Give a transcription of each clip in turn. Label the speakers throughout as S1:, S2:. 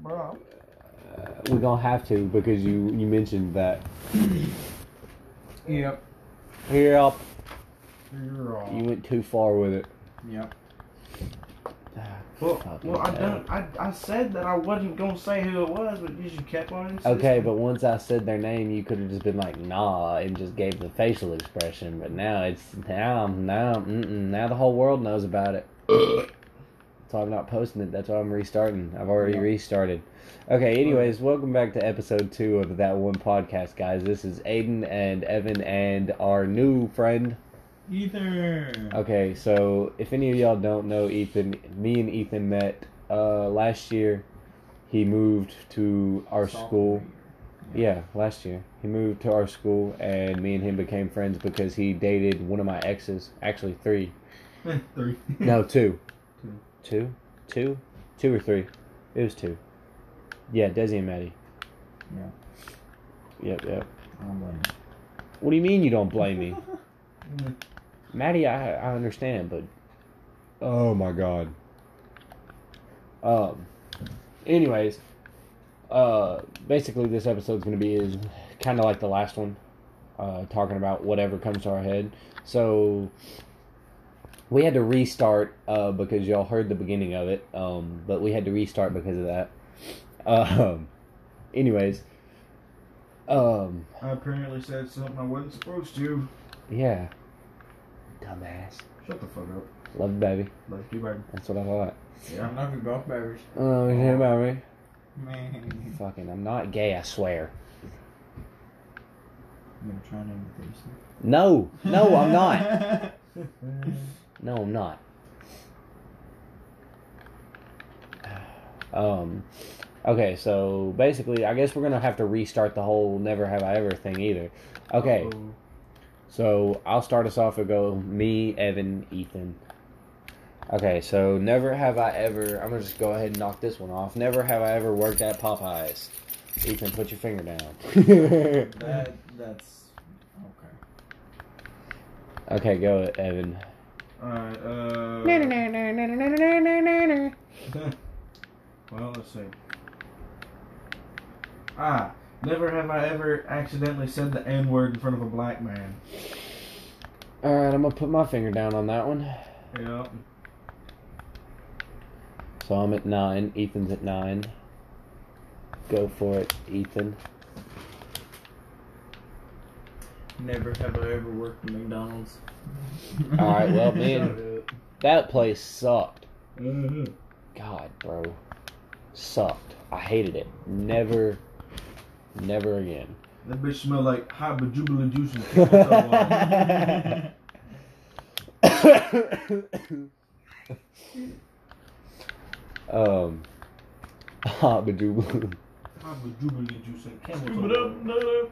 S1: Bro.
S2: We're gonna have to because you you mentioned that.
S1: Yep.
S2: Yep,
S1: You're wrong.
S2: you went too far with it. Ah,
S1: Yep. Well, well, I don't. I, I said that I wasn't gonna say who it was, but you just kept on. Insisting.
S2: Okay, but once I said their name, you could have just been like, "Nah," and just gave the facial expression. But now it's now I'm now mm-mm, now the whole world knows about it. so I'm not posting it. That's why I'm restarting. I've already
S1: Yeah.
S2: restarted. Okay. Anyways, welcome back to episode two of that one podcast, guys. This is Aiden and Evan and our new friend.
S1: Either.
S2: Okay, so if any of y'all don't know Ethan, me and Ethan met uh, last year. He moved to our school. Yeah, last year. He moved to our school, and me and him became friends because he dated one of my exes. Actually, three.
S1: Three.
S2: No, two.
S1: Two.
S2: Two? Two? Two or three. It was two. Yeah, Desi and Maddie.
S3: Yeah.
S2: Yep, yep.
S1: Oh,
S3: I'm like,
S2: What do you mean you don't blame me? Maddie, I, I understand, but. Oh my god. Um. Anyways, uh, basically this episode's gonna be is kind of like the last one, uh, talking about whatever comes to our head. So we had to restart uh, because y'all heard the beginning of it, um, but we had to restart because of that. Um. Anyways. Um.
S1: I apparently said something I wasn't supposed to.
S2: Yeah. Dumbass.
S1: Shut the fuck up.
S2: Love you, baby.
S1: Like you, baby.
S2: That's what I thought.
S1: Yeah.
S3: I'm not gonna golf baggers.
S2: Oh, you hear about me?
S3: Man.
S2: Fucking, I'm not gay, I swear.
S3: I'm gonna try an invitation.
S2: No, no, I'm not. No, I'm not. Um, okay, so basically, I guess we're gonna have to restart the whole never have I ever thing either. Okay,
S1: Uh-oh.
S2: so I'll start us off and go me, Evan, Ethan. Okay, so never have I ever. I'm gonna just go ahead and knock this one off. Never have I ever worked at Popeyes. Ethan, put your finger down.
S3: That that's okay.
S2: okay, go, Evan.
S1: Alright, uh. well, let's see. Ah, never have I ever accidentally said the N word in front of a black man.
S2: All right, I'm gonna put my finger down on that one.
S1: Yep.
S2: So I'm at nine. Ethan's at nine. Go for it, Ethan.
S3: Never have I ever worked at McDonald's.
S2: All right, well, me and- That place sucked.
S1: Uh-huh.
S2: God, bro, sucked. I hated it. Never, never again.
S1: That bitch smelled like hot bejubila juice and pickles all over.
S2: um, hot badoobly.
S1: Hot bejubila juice and camels all over.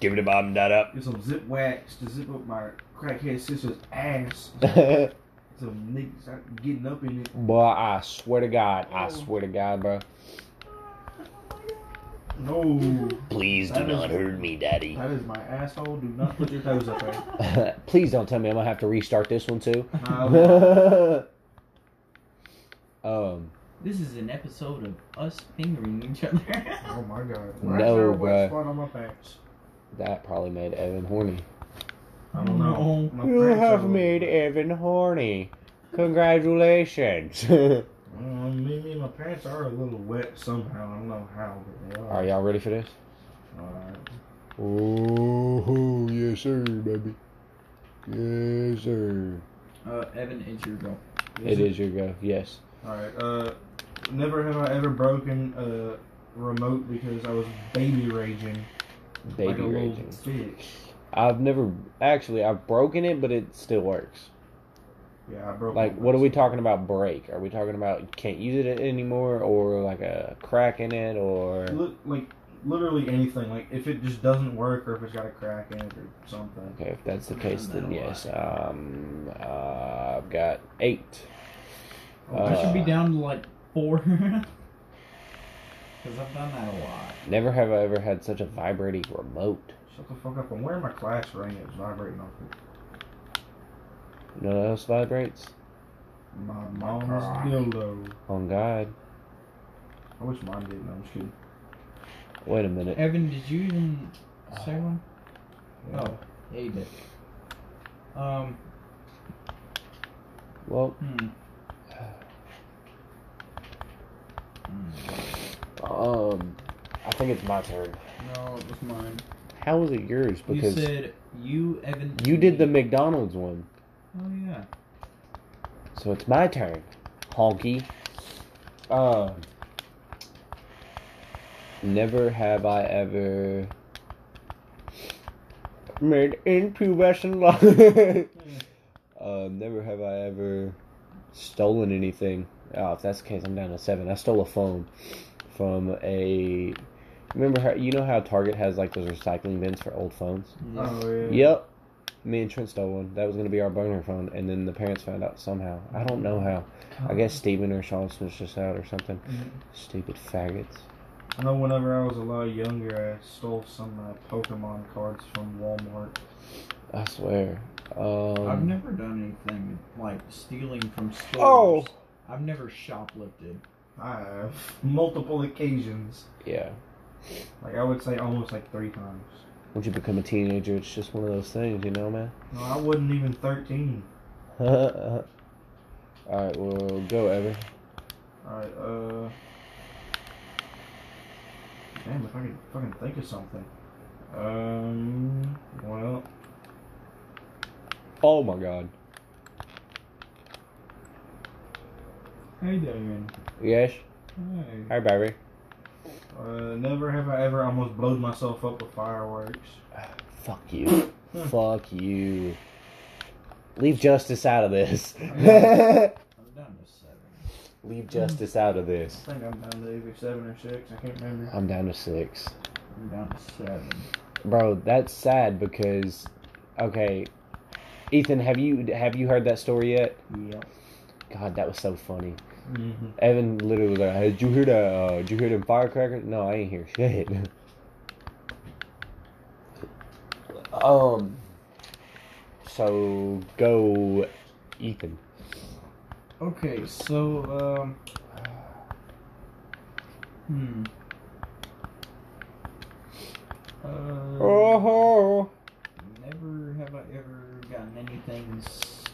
S2: Give it a bomb that up.
S1: Get some zip wax to zip up my crackhead sister's ass. Some niggas start getting up in it.
S2: Boy, I swear to God,
S1: Oh.
S2: I swear to God, bro.
S1: No.
S2: Please
S1: do not hurt
S2: me, Daddy.
S1: That is my asshole. Do not put your toes up there.
S2: Please don't tell me I'm gonna have to restart this one too.
S1: No.
S2: um,
S3: This is an episode of us fingering each other.
S1: Oh my god.
S2: No,
S1: Why is there a
S2: bruh.
S1: wet spot on my pants?
S2: that probably made Evan horny.
S1: I don't know.
S3: No.
S1: My
S2: You
S1: pants
S2: have
S1: are-
S2: made Evan horny. Congratulations.
S1: Uh, maybe my pants are a little wet somehow. I don't know how, but they are.
S2: Are y'all ready for this?
S1: Alright.
S2: Oh, yes, sir, baby. Yes, sir.
S3: Uh, Evan, it's your go.
S2: It is your go. Yes.
S1: Alright, uh, never have I ever broken a remote because I was baby raging. like
S2: Baby
S1: a little
S2: raging.
S1: bitch.
S2: I've never actually I've broken it, but it still works.
S1: Yeah, I broke
S2: Like,
S1: my
S2: what are we
S1: wrist.
S2: talking about? Break? Are we talking about can't use it anymore, or like a crack in it, or
S1: Look, like, literally anything. Like, if it just doesn't work or if it's got a crack in it or something.
S2: okay? If that's the
S3: I've
S2: case, then
S3: done that a lot.
S2: yes. Um, uh, I've got eight.
S1: Oh,
S3: I should be
S2: Uh,
S3: down to like four. Because I've done that a lot.
S2: Never have I ever had such a vibrating remote.
S1: Shut the fuck up. I'm wearing my class ring. It's vibrating off it.
S2: You know what else vibrates?
S1: My mom's dildo.
S2: On God.
S1: I wish mine didn't. I'm just kidding.
S2: Wait a minute.
S3: Evan, did you even say
S2: Oh,
S3: one?
S1: Yeah.
S3: Oh, yeah, you did. Um,
S2: Well,
S3: hmm. Hmm.
S2: um, I think it's my turn.
S3: No, it was mine.
S2: How was it yours? Because
S3: you said you, Evan.
S2: you did the
S3: me.
S2: McDonald's one,
S3: Oh yeah.
S2: so it's my turn. Honky. Uh, never have I ever made intuition. uh, never have I ever stolen anything. Oh, if that's the case, I'm down to seven. I stole a phone from a. Remember how you know how Target has like those recycling bins for old phones.
S1: Oh, yeah.
S2: Yep. Me and Trent stole one. That was gonna be our burner phone, and then the parents found out somehow. I don't know how. I guess Steven or Sean snitched us out or something.
S1: Mhm.
S2: Stupid faggots.
S1: I know whenever I was a lot younger, I stole some uh, Pokemon cards from Walmart.
S2: I swear.
S3: I've
S2: Um,
S3: never done anything like stealing from stores.
S2: Oh!
S3: I've never shoplifted.
S1: I have Uh, multiple occasions.
S2: yeah.
S1: Like I would say, almost like three times.
S2: Once you become a teenager, it's just one of those things, you know, man.
S1: No, I wasn't even 13.
S2: All right, well, go Ever.
S1: Alright, uh. Damn, if I could fucking think of something. Um. Well,
S2: Oh my God.
S3: Hey, Damon.
S2: Yes.
S3: Hey.
S2: Hi, Barry.
S1: uh, never have I ever almost blowed myself up with fireworks.
S2: Fuck you.
S3: Hmm.
S2: Fuck you. Leave justice out of this.
S3: I'm down to seven.
S2: Leave justice out of this.
S1: I think I'm down to either seven or six. I can't remember.
S2: I'm down to six.
S3: I'm down to seven.
S2: Bro, that's sad because okay. Ethan, have you have you heard that story yet?
S3: Yep.
S2: God, that was so funny.
S1: Mm-hmm.
S2: Evan literally was like, hey, "Did you hear that? Uh, did you hear them firecrackers?" No, I ain't hear shit. um. So go, Ethan.
S3: Okay, so um. Hmm. Uh,
S2: Oh,
S3: Never have I ever gotten anything. S-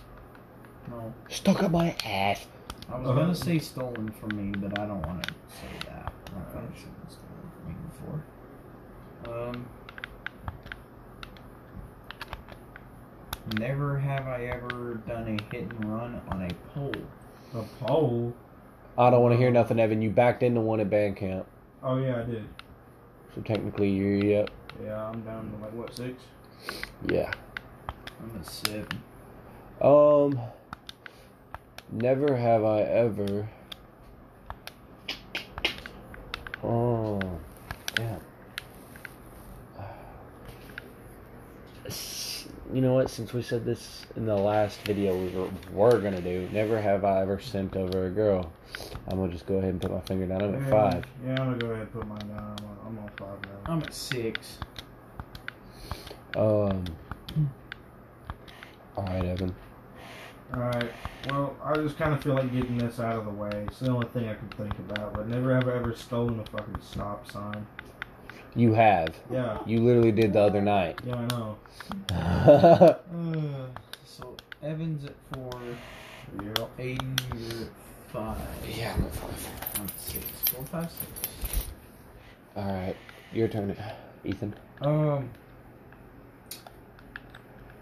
S3: no,
S2: stuck up my ass.
S3: I was
S1: Uh-huh.
S3: gonna say stolen from me, but I don't want to say that. I've had something stolen from me before. Um. Never have I ever done a hit and run on a pole.
S1: The pole.
S2: I don't want to hear nothing, Evan. You backed into one at Bandcamp,
S1: Oh yeah, I did.
S2: so technically you're yep.
S1: Yeah, I'm down to like what six?
S2: Yeah.
S3: I'm a seven.
S2: Um, never have I ever. Oh, damn. S- You know what? Since we said this in the last video, we were, were gonna do. Never have I ever simped over a girl. I'm gonna just go ahead and put my finger down. I'm at
S1: yeah,
S2: five.
S1: Yeah, I'm gonna go ahead and put mine down. I'm on, I'm on five now.
S3: I'm at six.
S2: Um. All right, Evan.
S1: Alright. Well, I just kind of feel like getting this out of the way. It's the only thing I can think about. But never have I ever stolen a fucking stop sign.
S2: You have.
S1: Yeah.
S2: You literally did the other night.
S1: Yeah, I know.
S3: Uh, so Evans at four,
S1: Yep.
S3: Aiden you're at five.
S2: yeah, I'm at five.
S3: I'm at six. Four, five, six.
S2: All right, your turn, Ethan.
S3: Um.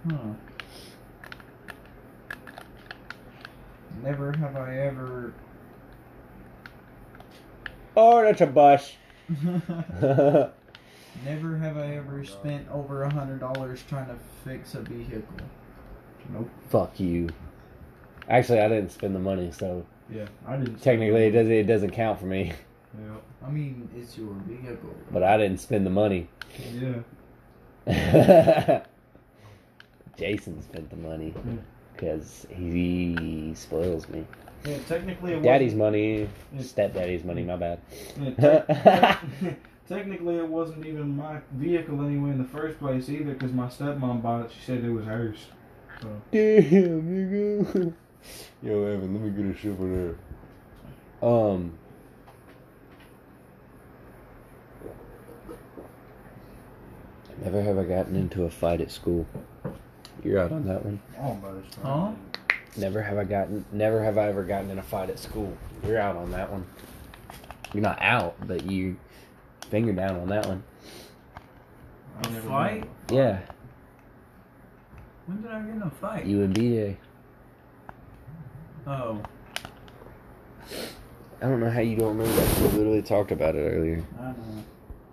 S3: Hmm. Never have I ever.
S2: Oh, that's a bus.
S3: Never have I ever spent over a hundred dollars trying to fix a vehicle.
S2: Fuck you. Actually, I didn't spend the money, so
S1: Yeah, I didn't.
S2: technically it doesn't it doesn't count for me.
S1: Yep.
S3: I mean, it's your vehicle.
S2: But I didn't spend the money.
S1: Yeah.
S2: Jason spent the money because he spoils me.
S1: Yeah, technically it wasn't-
S2: Daddy's money, stepdaddy's money. My bad.
S1: Yeah, tec- technically it wasn't even my vehicle anyway in the first place either, because my stepmom bought it. She said it was hers.
S2: Damn, nigga. Yo, Evan, let me get a shit over there. Um. Never have I gotten into a fight at school. You're out on that one.
S1: Almost. I
S3: Huh?
S1: mean,
S2: Never have I gotten. Never have I ever gotten in a fight at school. You're out on that one. You're not out, but you finger down on that one.
S1: I
S3: A
S1: never
S3: fight?
S2: Yeah,
S3: When did I get in a fight?
S2: you and BJ.
S3: Oh,
S2: I don't know how you don't remember. that. We literally talked about it earlier.
S3: I don't know.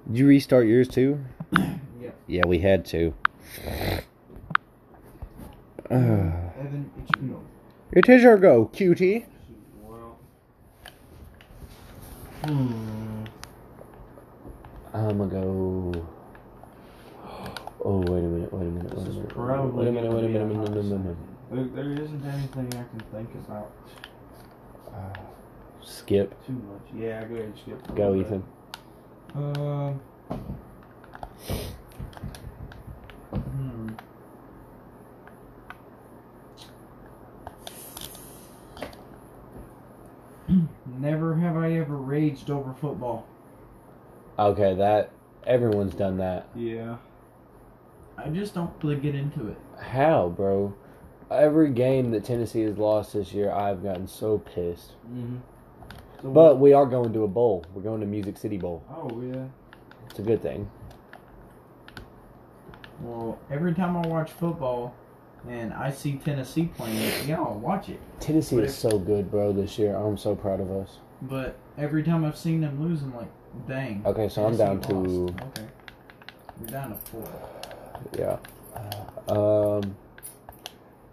S2: Did you restart yours too?
S3: Yeah.
S2: Yeah, we had to. Uh,
S1: Evan, it's you.
S2: it is your go, cutie.
S1: Well. Hmm.
S2: I'm gonna go. Oh wait a minute! Wait a minute! Wait a
S1: This is
S2: minute!
S1: probably
S2: Wait a minute! Wait a
S1: gonna
S2: minute!
S1: be
S2: Wait a minute! Wait a minute.
S1: There, there isn't anything I can think about
S2: Uh, skip.
S1: too much. Yeah, go ahead and skip.
S2: Go, Ethan.
S1: Um.
S3: Hmm. Hmm. Never have I ever raged over football.
S2: Okay, that everyone's done that.
S1: Yeah.
S3: I just don't really get into it.
S2: How, bro? Every game that Tennessee has lost this year, I've gotten so pissed.
S1: Mm-hmm. So
S2: But we are going to a bowl. We're going to Music City Bowl.
S1: Oh yeah.
S2: It's a good thing.
S3: Well, every time I watch football and I see Tennessee playing, yeah, I'll watch it.
S2: Tennessee
S3: But
S2: is so good, bro, this year. I'm so proud of us.
S3: But every time I've seen them lose, I'm like, dang.
S2: Okay, so I'm down
S3: Tennessee
S2: to
S3: lost. Okay. You're down to four.
S2: yeah. Um,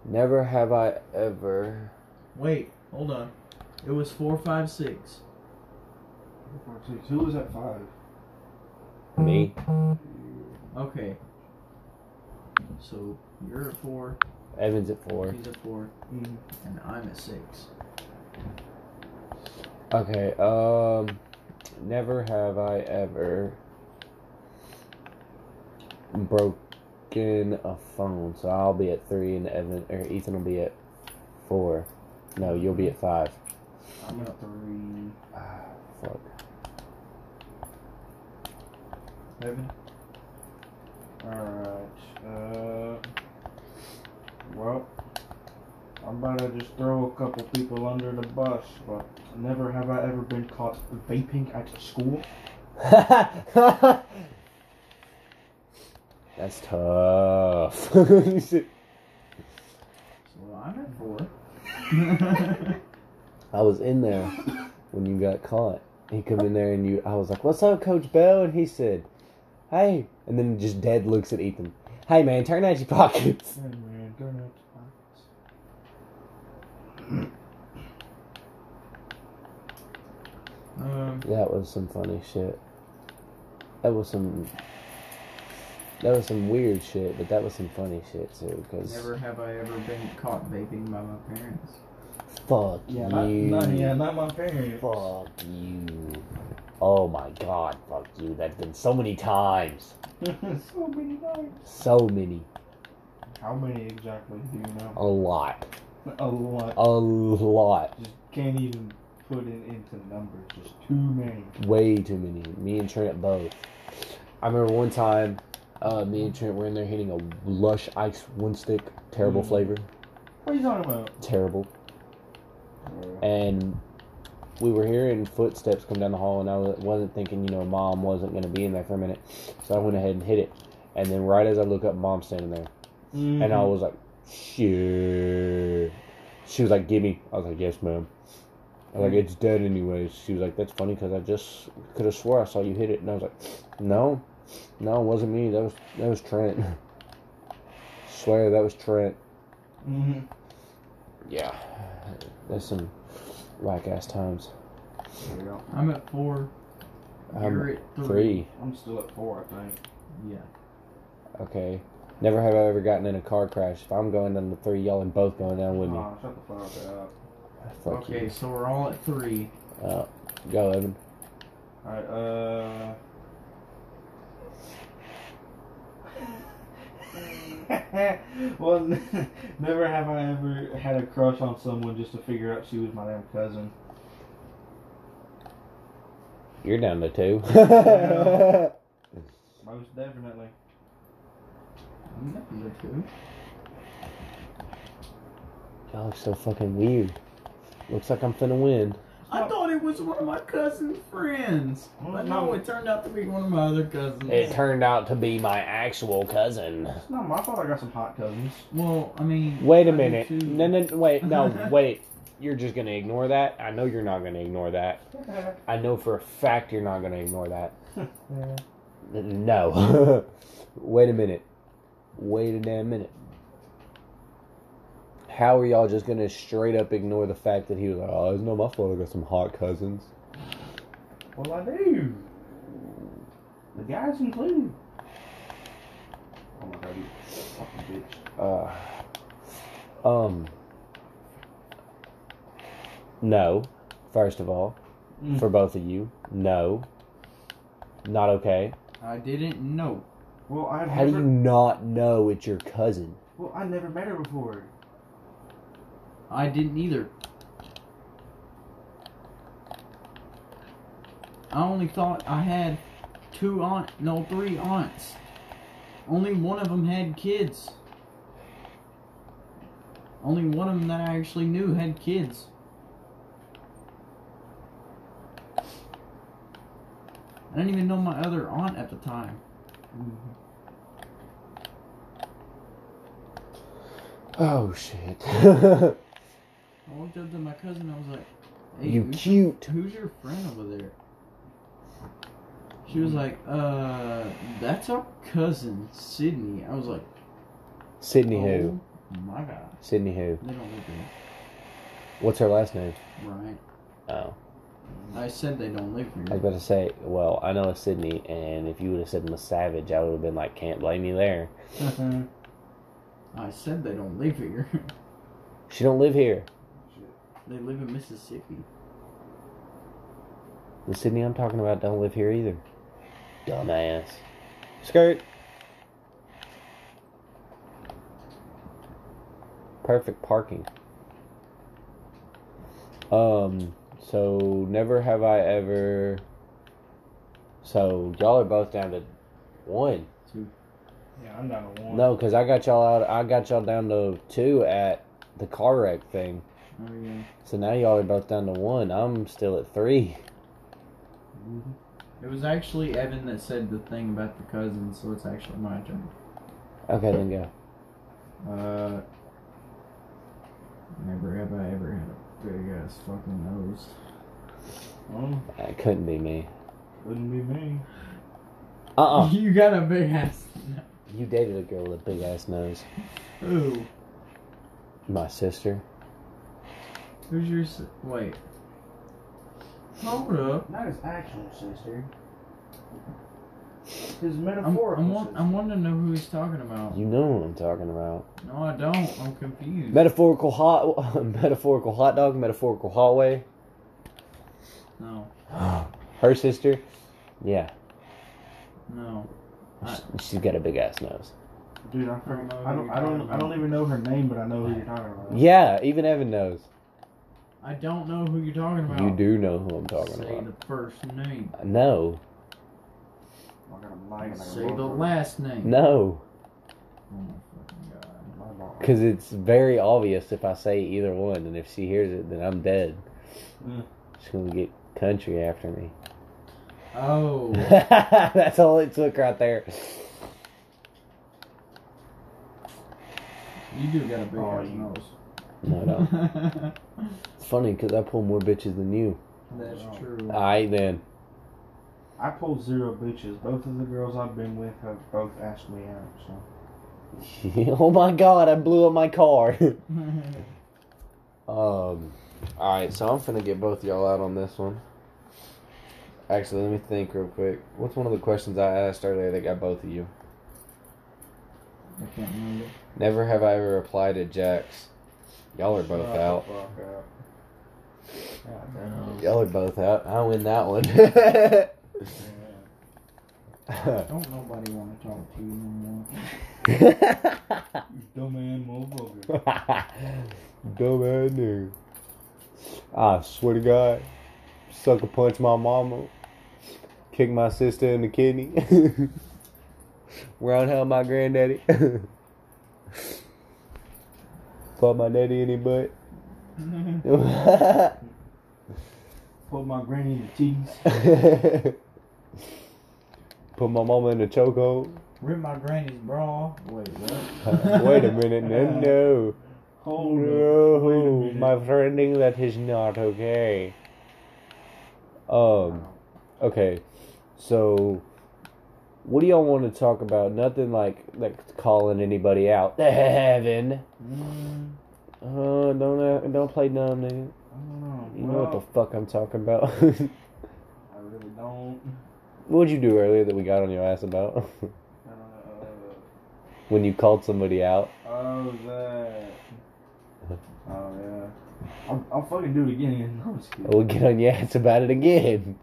S2: never have I ever.
S3: Wait, hold on. It was four, five, six.
S1: Four, six. Who was at five?
S2: Me.
S3: Okay. So you're at four,
S2: Evans at four.
S3: he's at four,
S1: Mm-hmm.
S3: and I'm at six.
S2: Okay. Um, never have I ever broken a phone. So I'll be at three, and Evan or Ethan will be at four. No, you'll be at five.
S1: I'm at three.
S2: Ah, fuck.
S3: Evan?
S1: All right. Uh. Well. I'm about to just throw a couple people under the bus, but never have I ever been caught vaping at school.
S2: That's tough. You said-
S3: So I'm at four.
S2: I was in there when you got caught. He come in there and you. I was like, "What's up, Coach Bell?" And he said, "Hey." And then just dead looks at Ethan. Hey man, turn out your pockets.
S1: Hey, man, go nuts.
S3: um,
S2: That was some funny shit. That was some. That was some weird shit, but that was some funny shit too. Cause
S3: never have I ever been caught vaping by my parents.
S2: fuck
S1: Yeah, not,
S2: you.
S1: not, yeah, not my parents.
S2: Fuck you. Oh my god, fuck you. That's been so many times.
S1: so many nights.
S2: So many.
S1: How many exactly do you know?
S2: A lot.
S1: A lot.
S2: A lot.
S1: Just can't even put it into numbers. Just too many.
S2: Way too many. Me and Trent both. I remember one time, uh, me and Trent were in there hitting a lush ice one stick. Terrible
S1: Mm.
S2: flavor.
S1: What are you talking about?
S2: Terrible. and we were hearing footsteps come down the hall, and I wa- wasn't thinking, you know, mom wasn't going to be in there for a minute, so I went ahead and hit it. And then right as I look up, mom's standing there, and
S1: Mm-hmm.
S2: I was like, shit. She was like, gimme. I was like, yes, ma'am. I was like, it's dead anyways. She was like, that's funny because I just could have swore I saw you hit it, and I was like, no, no, it wasn't me. That was that was Trent. Swear that was Trent.
S1: Mm-hmm.
S2: Yeah, that's some whack ass times.
S1: There you go.
S3: I'm at four.
S2: Um,
S3: You're at three.
S2: Three.
S1: I'm still at four, I think.
S3: Yeah.
S2: Okay. Never have I ever gotten in a car crash. If I'm going down the three, y'all are both going down with me.
S1: Aw, shut the fuck up.
S2: Fuck
S3: okay, so we're all at three.
S2: you. Uh, go, Evan.
S1: Alright, uh. well, n- never have I ever had a crush on someone just to figure out she was my damn cousin.
S2: You're down to two.
S1: Yeah. Most definitely.
S3: I'm not number two.
S2: Y'all look so fucking weird. Looks like I'm finna win.
S1: Oh.
S3: I thought it was one of my cousin's friends, but no, it turned out to be one of my other cousins.
S2: It turned out to be my actual cousin.
S1: It's not my fault I got some hot cousins.
S3: well, I mean,
S2: Wait
S3: I
S2: a
S3: do
S2: minute.
S3: too.
S2: No, no, wait, no, wait. You're just gonna ignore that? I know you're not gonna ignore that. I know for a fact you're not gonna ignore that. No. Wait a minute. Wait a damn minute. How are y'all just gonna straight up ignore the fact that he was like, oh, it's not my fault. I got some hot cousins.
S1: well, I do. The guys included. Oh my god, you fucking bitch.
S2: Uh, um. No. First of all,
S1: Mm.
S2: for both of you, no. Not okay.
S3: I didn't know.
S1: Well, I've
S2: How do
S1: never,
S2: you not know it's your cousin?
S1: well, I never met her before.
S3: I didn't either. I only thought I had two aunt, no, three aunts. Only one of them had kids. Only one of them that I actually knew had kids. I didn't even know my other aunt at the time.
S2: Oh shit.
S3: I walked up to my cousin. I was like, "Hey,
S2: you
S3: who's
S2: cute.
S3: Who's your friend over there? She was
S2: Mm.
S3: like, uh, that's our cousin, Sydney. I was like,
S2: Sydney who?
S3: oh my god.
S2: Sydney who?
S3: They don't look here,
S2: What's her last name?
S3: right?
S2: Oh.
S3: I said they don't live
S2: I was
S3: here.
S2: about to say, well, I know it's Sydney, and if you would have said Miss Savage, I would have been like, can't blame you there.
S1: Shit.
S3: I said they don't live here.
S2: She don't live here.
S3: they live in Mississippi.
S2: The Sydney I'm talking about don't live here either. Dumbass. Skirt. Perfect parking. Um, so never have I ever. So y'all are both down to one.
S1: Yeah, I'm not a one.
S2: No, because I got y'all out. I got y'all down to two at the car wreck thing.
S3: Oh, yeah.
S2: So now y'all are both down to one. I'm still at three.
S1: Mhm.
S3: It was actually Evan that said the thing about the cousin, so it's actually my turn.
S2: Okay, then go.
S3: Uh, never have I ever had a big ass fucking nose.
S1: Oh,
S2: That couldn't be me.
S1: wouldn't be me.
S2: Uh uh
S3: You got a big ass nose.
S2: You dated a girl with a big ass nose.
S3: Ooh.
S2: My sister.
S3: Who's your si- wait? Hold up.
S1: Not his actual sister. His
S3: I'm,
S1: metaphorical
S3: I'm, want, I'm wanting to know who he's talking about.
S2: You know what I'm talking about.
S3: No, I don't. I'm confused.
S2: Metaphorical hot, metaphorical hot dog, metaphorical hallway.
S3: no,
S2: Her sister. Yeah,
S3: no. I-
S2: sh- she's got a big ass nose.
S1: sister. Dude, I, forget-
S3: I
S1: I don't,
S3: don't know
S1: I
S3: who
S1: don't,
S3: you're
S1: I don't even know her name, but I know who you're talking about.
S2: Yeah, even Evan knows.
S3: I don't know who you're talking about.
S2: You do know who I'm talking
S3: Say
S2: about.
S3: the first name.
S2: No,
S1: Oh, I got a mic and I got
S3: Say the
S1: water.
S3: last name.
S2: no,
S3: Oh my fucking god.
S1: My ball.
S2: because it's very obvious if I say either one, and if she hears it, then I'm dead.
S1: Mm.
S2: She's gonna get country after me.
S3: Oh.
S2: That's all it took right there.
S3: you do got a big
S1: Oh,
S3: ass
S1: you-
S3: nose.
S2: No, no. It's funny because I pull more bitches than you.
S3: That's
S1: Oh.
S3: true.
S2: All right then.
S1: I pulled zero bitches. Both of the girls I've been with have both asked me out. So
S2: oh my god, I blew up my car. um, alright, so I'm finna get both y'all out on this one. Actually, let me think real quick. What's one of the questions I asked earlier that got both of you?
S3: I can't remember.
S2: Never have I ever applied at Jack's. Y'all are both
S1: Shut the
S2: out.
S1: fuck up. God damn.
S2: Y'all are both out. I win that
S1: Yeah.
S2: one.
S3: Don't nobody want to talk to you no more.
S1: Dumb animal vulgar.
S2: Dumb ass nigga. I swear to God, sucker punch my mama, kick my sister in the kidney, roundhouse my granddaddy, fuck my daddy in the butt.
S1: Put my granny in the teeth.
S2: Put my mama in the chokehold.
S3: Rip my granny's bra.
S1: Wait, what?
S2: Wait a minute, no, no.
S1: Hold up. Oh, Wait a
S2: No,
S1: minute.
S2: my friending that is not okay. Um, okay, so what do y'all want to talk about? Nothing like like calling anybody out. Heaven.
S1: Mm,
S2: Uh, don't act- don't play dumb,
S1: I
S2: nigga.
S1: don't know.
S2: You know
S1: well,
S2: what the fuck I'm talking about.
S1: I really don't.
S2: What'd you do earlier that we got on your ass about?
S1: I don't know.
S2: when you called somebody out?
S1: Oh, that. Oh, yeah. I'll, I'll fucking do it again. No, I'm just kidding.
S2: We'll get on your ass about it again.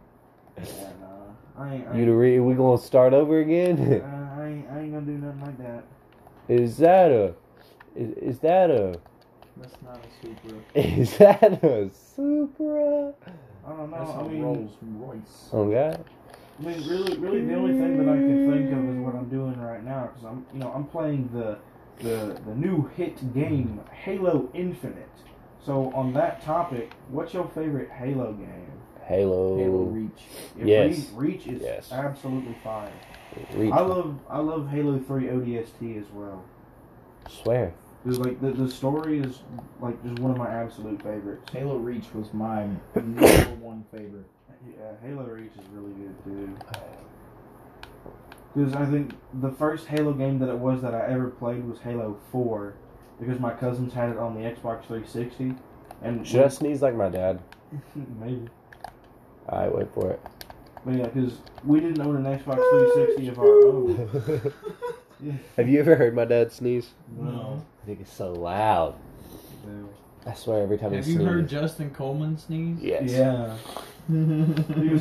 S1: Yeah, nah. I ain't, I
S2: You
S1: ain't,
S2: the re- we gonna start over
S1: uh,
S2: again?
S1: I, ain't, I ain't gonna do nothing like that.
S2: Is that a? Is, is that a?
S1: That's not a super.
S2: Is that a Supra?
S1: I don't know.
S3: That's
S1: I
S3: a
S1: mean,
S3: Rolls Royce.
S2: Oh God!
S1: I mean, really, really, the only thing that I can think of is what I'm doing right now because I'm, you know, I'm playing the, the, the new hit game Halo Infinite. So on that topic, what's your favorite Halo game?
S2: Halo.
S3: Halo Reach.
S1: If
S2: Yes.
S1: Reach, Reach is
S2: Yes.
S1: absolutely fire.
S2: Reach.
S1: I love I love Halo Three ODST as well.
S2: Swear.
S1: Cause like the, the story is like just one of my absolute favorites.
S3: Halo Reach was my number one favorite.
S1: Yeah, Halo Reach is really good too. Because I think the first Halo game that it was that I ever played was Halo Four, because my cousins had it on the Xbox 360, and
S2: Should I sneeze like my dad?
S1: maybe.
S2: All right, wait for it.
S1: But yeah, because we didn't own an Xbox 360 of our own. Yeah.
S2: Have you ever heard my dad sneeze?
S3: No.
S2: I think it's so loud. I swear every time
S4: Have
S2: he
S4: you
S2: sneezes.
S4: heard Justin Coleman sneeze?
S2: yes.
S1: Yeah. He was,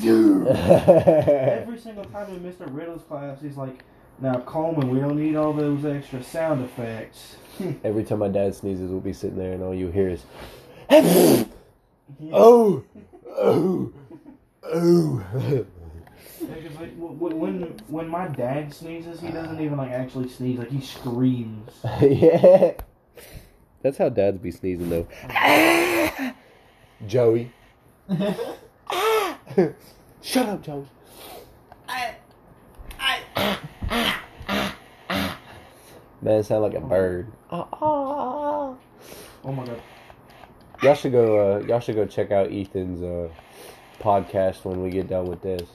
S3: Dude,
S1: Every single time in Mr. Riddle's class, he's like, "Now, Coleman, we don't need all those extra sound effects."
S2: every time my dad sneezes, we'll be sitting there and all you hear is, oh, oh, oh.
S1: Because like w- w- when when my dad sneezes, he doesn't even like actually sneeze. Like he screams.
S2: yeah. That's how dads be sneezing though. Joey. Shut up, Joey. Man, it sound like a bird.
S1: Oh my god.
S2: Y'all should go. Uh, y'all should go check out Ethan's uh, podcast when we get done with this.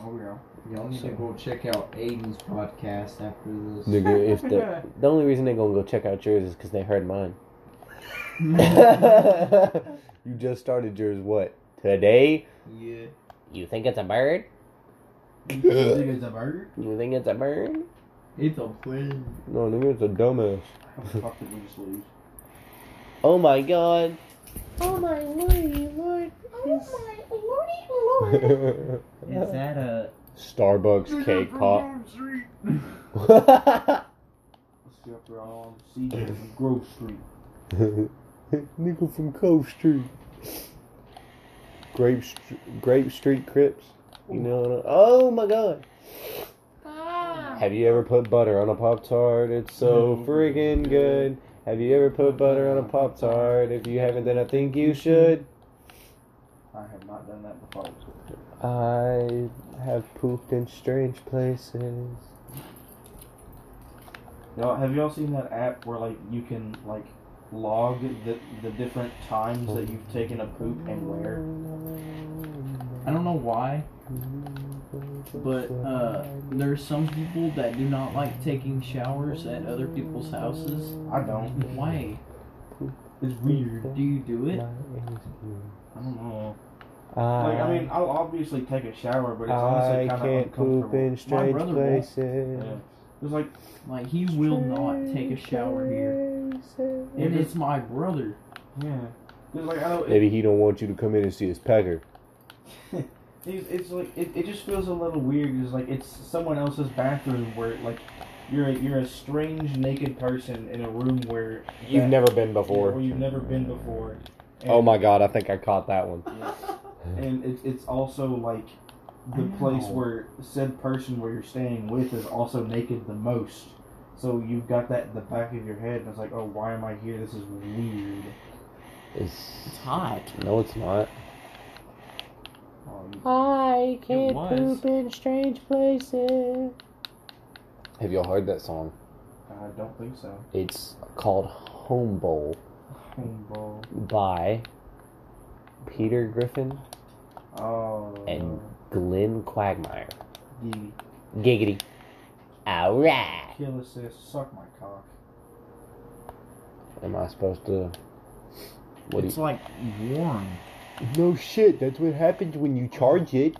S1: Oh yeah.
S3: Y'all need to go check out 80s podcast after this.
S2: Nigga, if the the only reason they gonna go check out yours is because they heard mine. you just started yours. What today?
S3: Yeah.
S2: You think it's a bird?
S1: You think it's a bird?
S2: You think it's a bird?
S4: It's a plane.
S2: No, nigga, it's a dumbass.
S1: How the fuck did we just lose?
S2: Oh my god.
S5: Oh my lordy lord. Oh my lordy lord.
S3: Is that a.
S2: Starbucks cake pop.
S1: Let's see up there on CJ from Grove Street.
S2: Nigga from Cove Street. Grape, Str- Grape Street Crips. You know what I- Oh my god.
S5: Ah.
S2: Have you ever put butter on a Pop Tart? It's so friggin' good. Have you ever put butter on a Pop Tart? If you haven't, then I think you should.
S1: I have not done that before.
S2: I have pooped in strange places.
S1: Y'all, have y'all seen that app where like you can like log the the different times that you've taken a poop and where?
S4: I don't know why, but uh, there's some people that do not like taking showers at other people's houses.
S1: I don't.
S4: Why
S1: It's weird.
S4: do you do
S3: uh,
S4: it?
S1: I don't know.
S2: I,
S1: Like I mean, I'll obviously take a shower, but it's honestly
S2: I
S1: kind of
S2: can't poop
S1: uncomfortable.
S2: in strange
S4: brother won't.
S2: places.
S1: Yeah. It's like
S4: Like he will not take a shower here, and it's my brother.
S1: yeah. It's like I know. It,
S2: Maybe he don't want you to come in and see his pecker.
S1: it's, it's like it, it just feels a little weird because like it's someone else's bathroom where like You're a, you're a strange naked person in a room where
S2: You've
S1: that-
S2: never been before.
S1: where you've never been before.
S2: Oh my god, I think I caught that one.
S1: And it's it's also like the place where said person where you're staying with is also naked the most. So you've got that in the back of your head, and it's like, oh, why am I here? This is weird.
S2: It's,
S4: It's hot.
S2: no, it's not.
S1: Oh,
S5: I
S1: you-
S5: can't
S4: was.
S5: poop in strange places.
S2: Have y'all heard that song?
S1: I don't think so.
S2: It's called Home Bowl
S1: Homeball.
S2: by Peter Griffin
S1: Oh.
S2: and Glenn Quagmire.
S1: the
S2: Giggity. Alright.
S1: kill assist. Suck my cock.
S2: Am I supposed to. What do
S3: it's like warm.
S2: you, no shit, that's what happens when you charge it.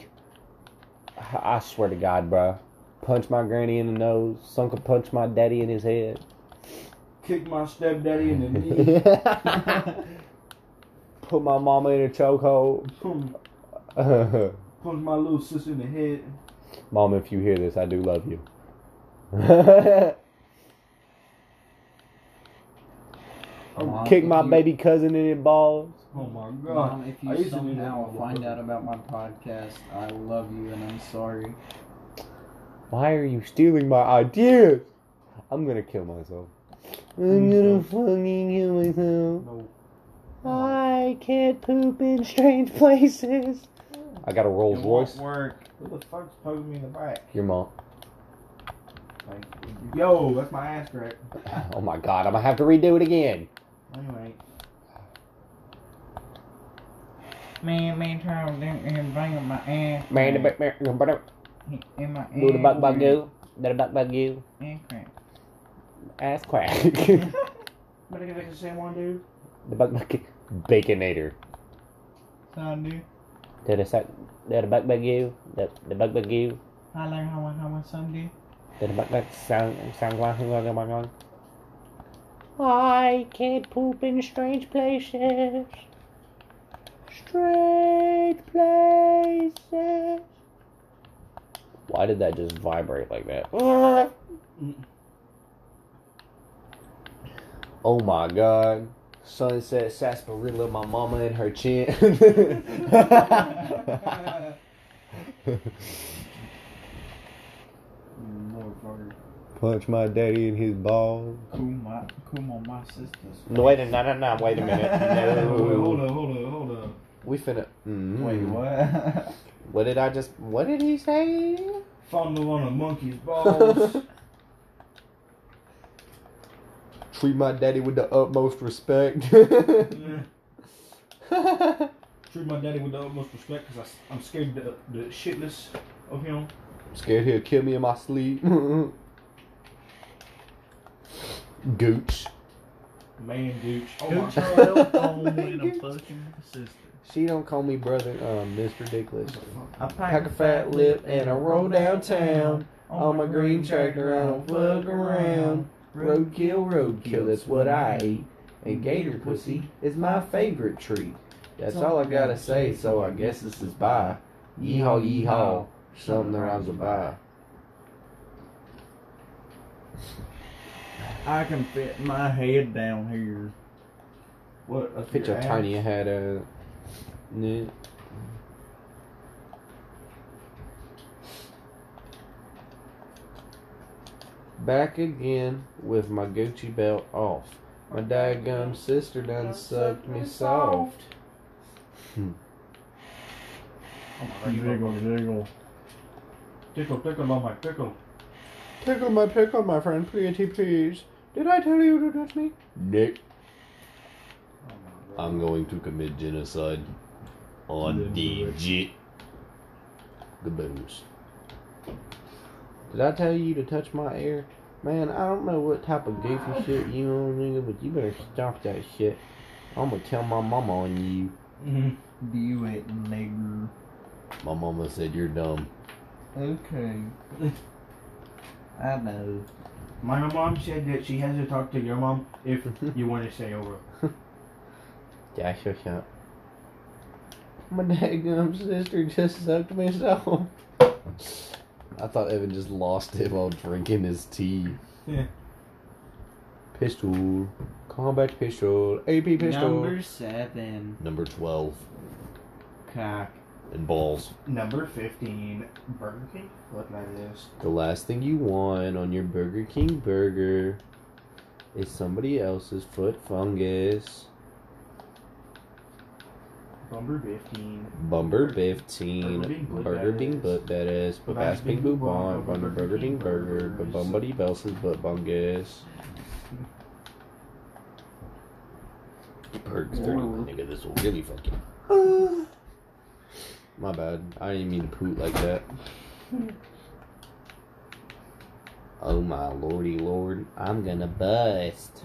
S2: I I swear to God, bro. Punch my granny in the nose. Son could punch my daddy in his head.
S1: Kick my stepdaddy in the knee.
S2: Put my mama in a chokehold.
S1: Boom. Punch my little sister in the head.
S2: Mom, if you hear this, I do love you. Kick
S1: Oh,
S4: Um,
S2: my baby cousin in his balls.
S1: Oh my god.
S4: Mom, um, if
S1: I
S4: you
S1: used to do that
S4: somehow
S1: all the
S4: find
S1: time.
S4: out about my podcast, I love you and I'm sorry.
S2: Why are you stealing my ideas? I'm gonna kill myself. I'm gonna fucking kill myself.
S1: No.
S5: I can't poop in strange places.
S2: I got a Rolls Royce.
S4: work.
S1: Who the fuck's poking me in the back?
S2: Your mom.
S1: Like, yo, that's my ass crack.
S2: Oh my god, I'm gonna have to redo it again.
S1: Anyway,
S4: Man, man, Charles, didn't bring my ass.
S2: Man, the
S3: Mm.
S2: ba- man, the ba-
S4: in my
S2: do the buck buck goo, do the buck buck goo, ass crack. the
S1: better get back to San Juan, dude.
S2: buck buck goo. baconator.
S4: Sound dude.
S2: Do the suck, do the buck buck goo, do the buck buck goo,
S4: I learned how I how my son do.
S2: do the buck buck sound sound guan guan guan guan.
S5: I can't poop in strange places. Strange places.
S2: Why did that just vibrate like that? Oh my god. Sunset sarsaparilla, my mama and her chin.
S1: Motherfucker.
S2: Punch my daddy in his balls.
S4: Cool my cool on my sisters.
S2: No, wait, a- no, no, no, wait a minute.
S1: Wait, hold
S2: No.
S1: up, hold up, hold up.
S2: We finna. Mm.
S4: Wait, what?
S2: What did I just. What did he say?
S1: Fondle on a monkey's
S2: Oh,
S1: balls.
S2: Treat my daddy with the utmost respect.
S1: Yeah. Treat my daddy with the utmost respect because I'm scared the, the shitless of him.
S2: Scared he'll kill me in my sleep. Gooch.
S1: Man, douche. Oh my
S4: Coach
S1: god.
S4: with a fucking sister.
S2: She don't call me brother, um, Mr. Dickless.
S4: I
S2: Pack a fat lip and I roll downtown. On my green tractor, I don't fuck around. Roadkill, roadkill, that's what I eat. And gator pussy is my favorite treat. That's all I gotta say, so I guess this is bye. Yeehaw, yeehaw, something that rhymes with bye.
S4: I can fit my head down here.
S1: What? That's
S2: Picture
S1: ass?
S2: tiny had a. Yeah. Back again with my Gucci belt off. My daggum sister done sucked me soft.
S1: Oh my god. you motherfucker.
S3: jiggle.
S1: Tickle, tickle on my pickle.
S2: Tickle my pickle, my friend, pretty please. Did I tell you to touch me? Nick,
S1: Oh my god.
S2: I'm going to commit genocide on DJ. Gaboos. Did I tell you to touch my ear? Man, I don't know what type of goofy shit you on, nigga, but you better stop that shit. I'm gonna tell my mama on you. Um,
S1: Mhm.
S4: Do it, nigger.
S2: My mama said you're dumb.
S4: Okay. I know.
S1: My mom said that she has to talk to your mom if you want to stay over.
S2: Yeah, sure, sure. My dadgum sister just sucked me so. I thought Evan just lost it while drinking his tea.
S1: Yeah.
S2: Pistol. Combat pistol. AP pistol.
S6: Number seven.
S2: Number 12.
S6: Cock.
S2: And balls.
S1: Number 15, Burger King? What that is.
S2: The last thing you want on your Burger King burger is somebody else's foot fungus.
S1: Number 15.
S2: Bumber
S1: Burger King
S2: 15.
S1: Butt
S2: Burger Bing
S1: Badass.
S2: Butt Badass. But Bass Bing Boo Bon. Bumber Burger Bing Burger. But Bumbody Belse's Butt Bungus. Perks 31, nigga. This will really fucking. My bad. I didn't mean to poot like that. Oh my lordy lord. I'm gonna bust.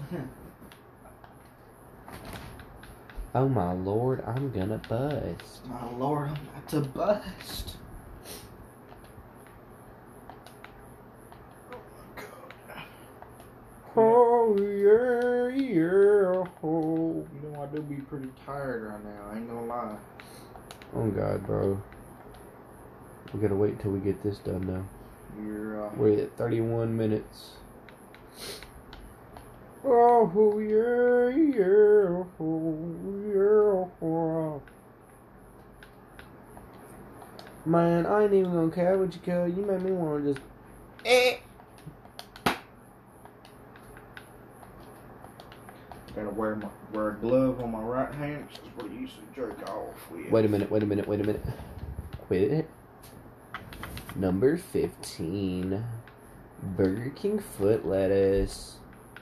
S2: Oh my lord. I'm gonna bust.
S6: My lord, I'm about to bust.
S1: Oh,
S2: yeah, yeah. Oh,
S1: You know, I do be pretty tired right now, I ain't gonna lie.
S2: Oh, God, bro. We gotta wait till we get this done now.
S1: You're, uh,
S2: We're at 31 minutes. Oh, yeah, yeah. Oh, yeah. Man, I ain't even gonna care what you kill. You made me wanna just. Eh.
S1: gotta wear my wear a glove on my right hand, 'cause that's what I used to jerk off with.
S2: Wait a minute, wait a minute, wait a minute. Quit it. Number 15 Burger King foot lettuce.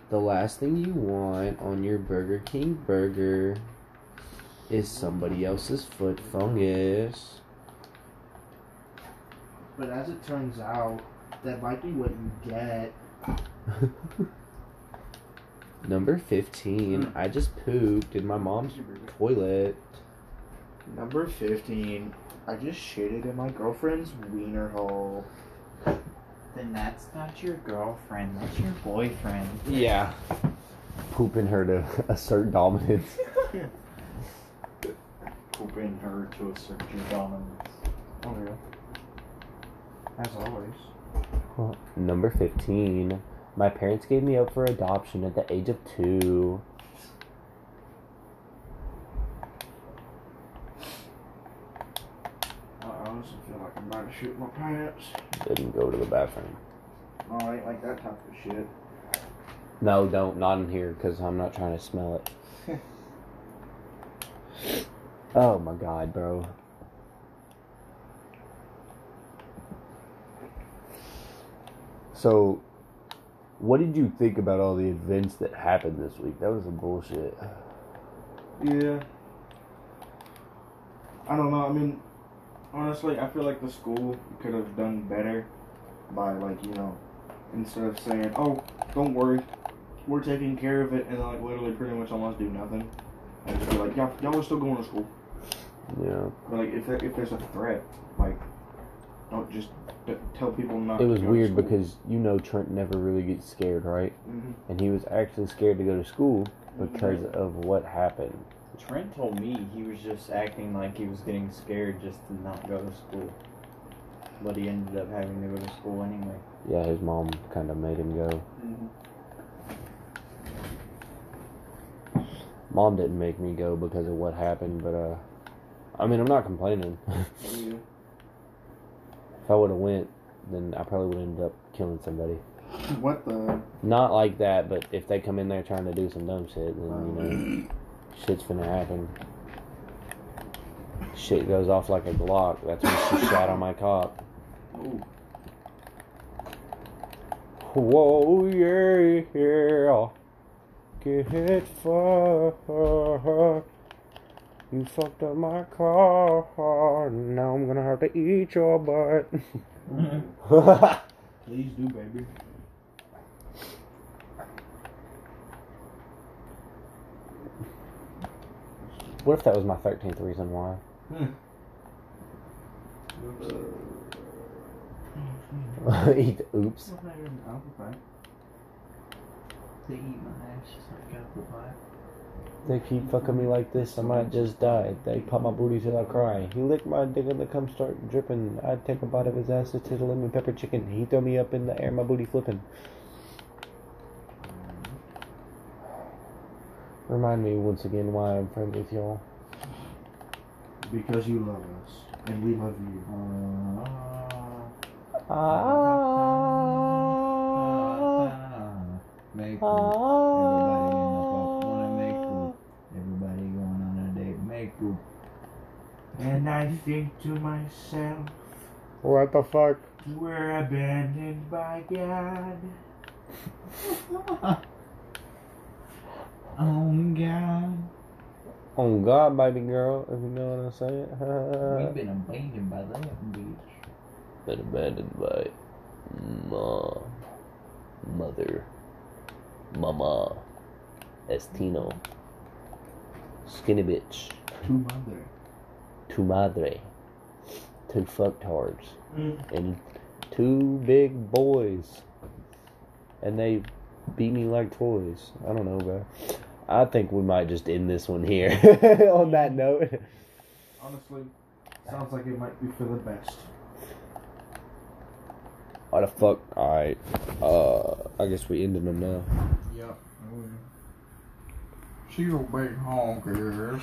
S2: The last thing you want on your Burger King burger is somebody else's foot fungus.
S6: But as it turns out, that might be what you get.
S2: Number 15 I just pooped in my mom's toilet.
S1: Um, Number 15, I just shitted in my girlfriend's wiener hole.
S6: Then that's not your girlfriend. That's your boyfriend.
S2: Yeah. Pooping her to assert dominance.
S1: Pooping her to assert your dominance. Oh, yeah. As always.
S2: Number 15. My parents gave me up for adoption at the age of two.
S1: I honestly feel like I'm about to shoot my pants.
S2: Didn't go to the bathroom.
S1: No, I ain't like that type of shit.
S2: No, don't. Not in here because I'm not trying to smell it. oh my god, bro. So, what did you think about all the events that happened this week? That was some bullshit.
S1: Yeah. I don't know. I mean, honestly, I feel like the school could have done better by, like, you know, instead of saying, oh, don't worry, we're taking care of it, and, like, literally pretty much almost do nothing. And just be like, y'all, y'all are still going to school.
S2: Yeah.
S1: But, like, if, there, if there's a threat, like, don't just d- tell people not
S2: It
S1: to
S2: was
S1: go
S2: weird
S1: to school.
S2: because, you know, Trent never really gets scared, right?
S1: Mhm.
S2: and he was actually scared to go to school because of what happened.
S3: Trent told me he was just acting like he was getting scared just to not go to school. But he ended up having to go to school anyway.
S2: Yeah, his mom kind of made him go.
S1: Mhm.
S2: Mom didn't make me go because of what happened, but uh, I mean, I'm not complaining. if
S1: Yeah.
S2: I would have went, then I probably would have ended up killing somebody.
S1: What the?
S2: Not like that, but if they come in there trying to do some dumb shit, then you know, shit's gonna happen. Shit goes off like a Glock. That's when she shot on my cop.
S1: Oh,
S2: Whoa, yeah, yeah. Get fucked. You fucked up my car. Now I'm gonna have to eat your
S3: Mm-hmm.
S2: butt.
S1: please do, baby.
S2: what if that was my 13th reason why? eat oops.
S7: They eat my ass just like apple pie.
S2: They keep fucking me like this, I might just die. They pop my booty till I cry. He licked my dick and the cum start dripping. I take a bite of his ass, it's his lemon pepper chicken. He throw me up in the air, my booty flipping. Remind me once again why I'm friends with y'all.
S1: Because you love us. And we love you.
S3: Uh,
S1: Ah.
S2: Ah,
S3: Make
S2: ah.
S3: poop. Everybody in the pub wanna make poop. Everybody going on a date, make poop.
S1: And I think to myself,
S2: What the fuck?
S1: we're abandoned by God.
S3: Oh God,
S2: On God, baby girl, if you know what I'm
S3: we've
S2: saying.
S3: been abandoned by that bitch.
S2: Been abandoned by mom, mother, mama, Estino, skinny bitch,
S1: To mother.
S2: tu madre, two fucktards,
S1: Mm.
S2: and two big boys, and they beat me like toys. I don't know, bro. I think we might just end this one here on that note.
S1: Honestly, sounds like it might be for the best.
S2: What the fuck? Alright. Uh, I guess we ended them now.
S1: Yep.
S3: She a big honkers.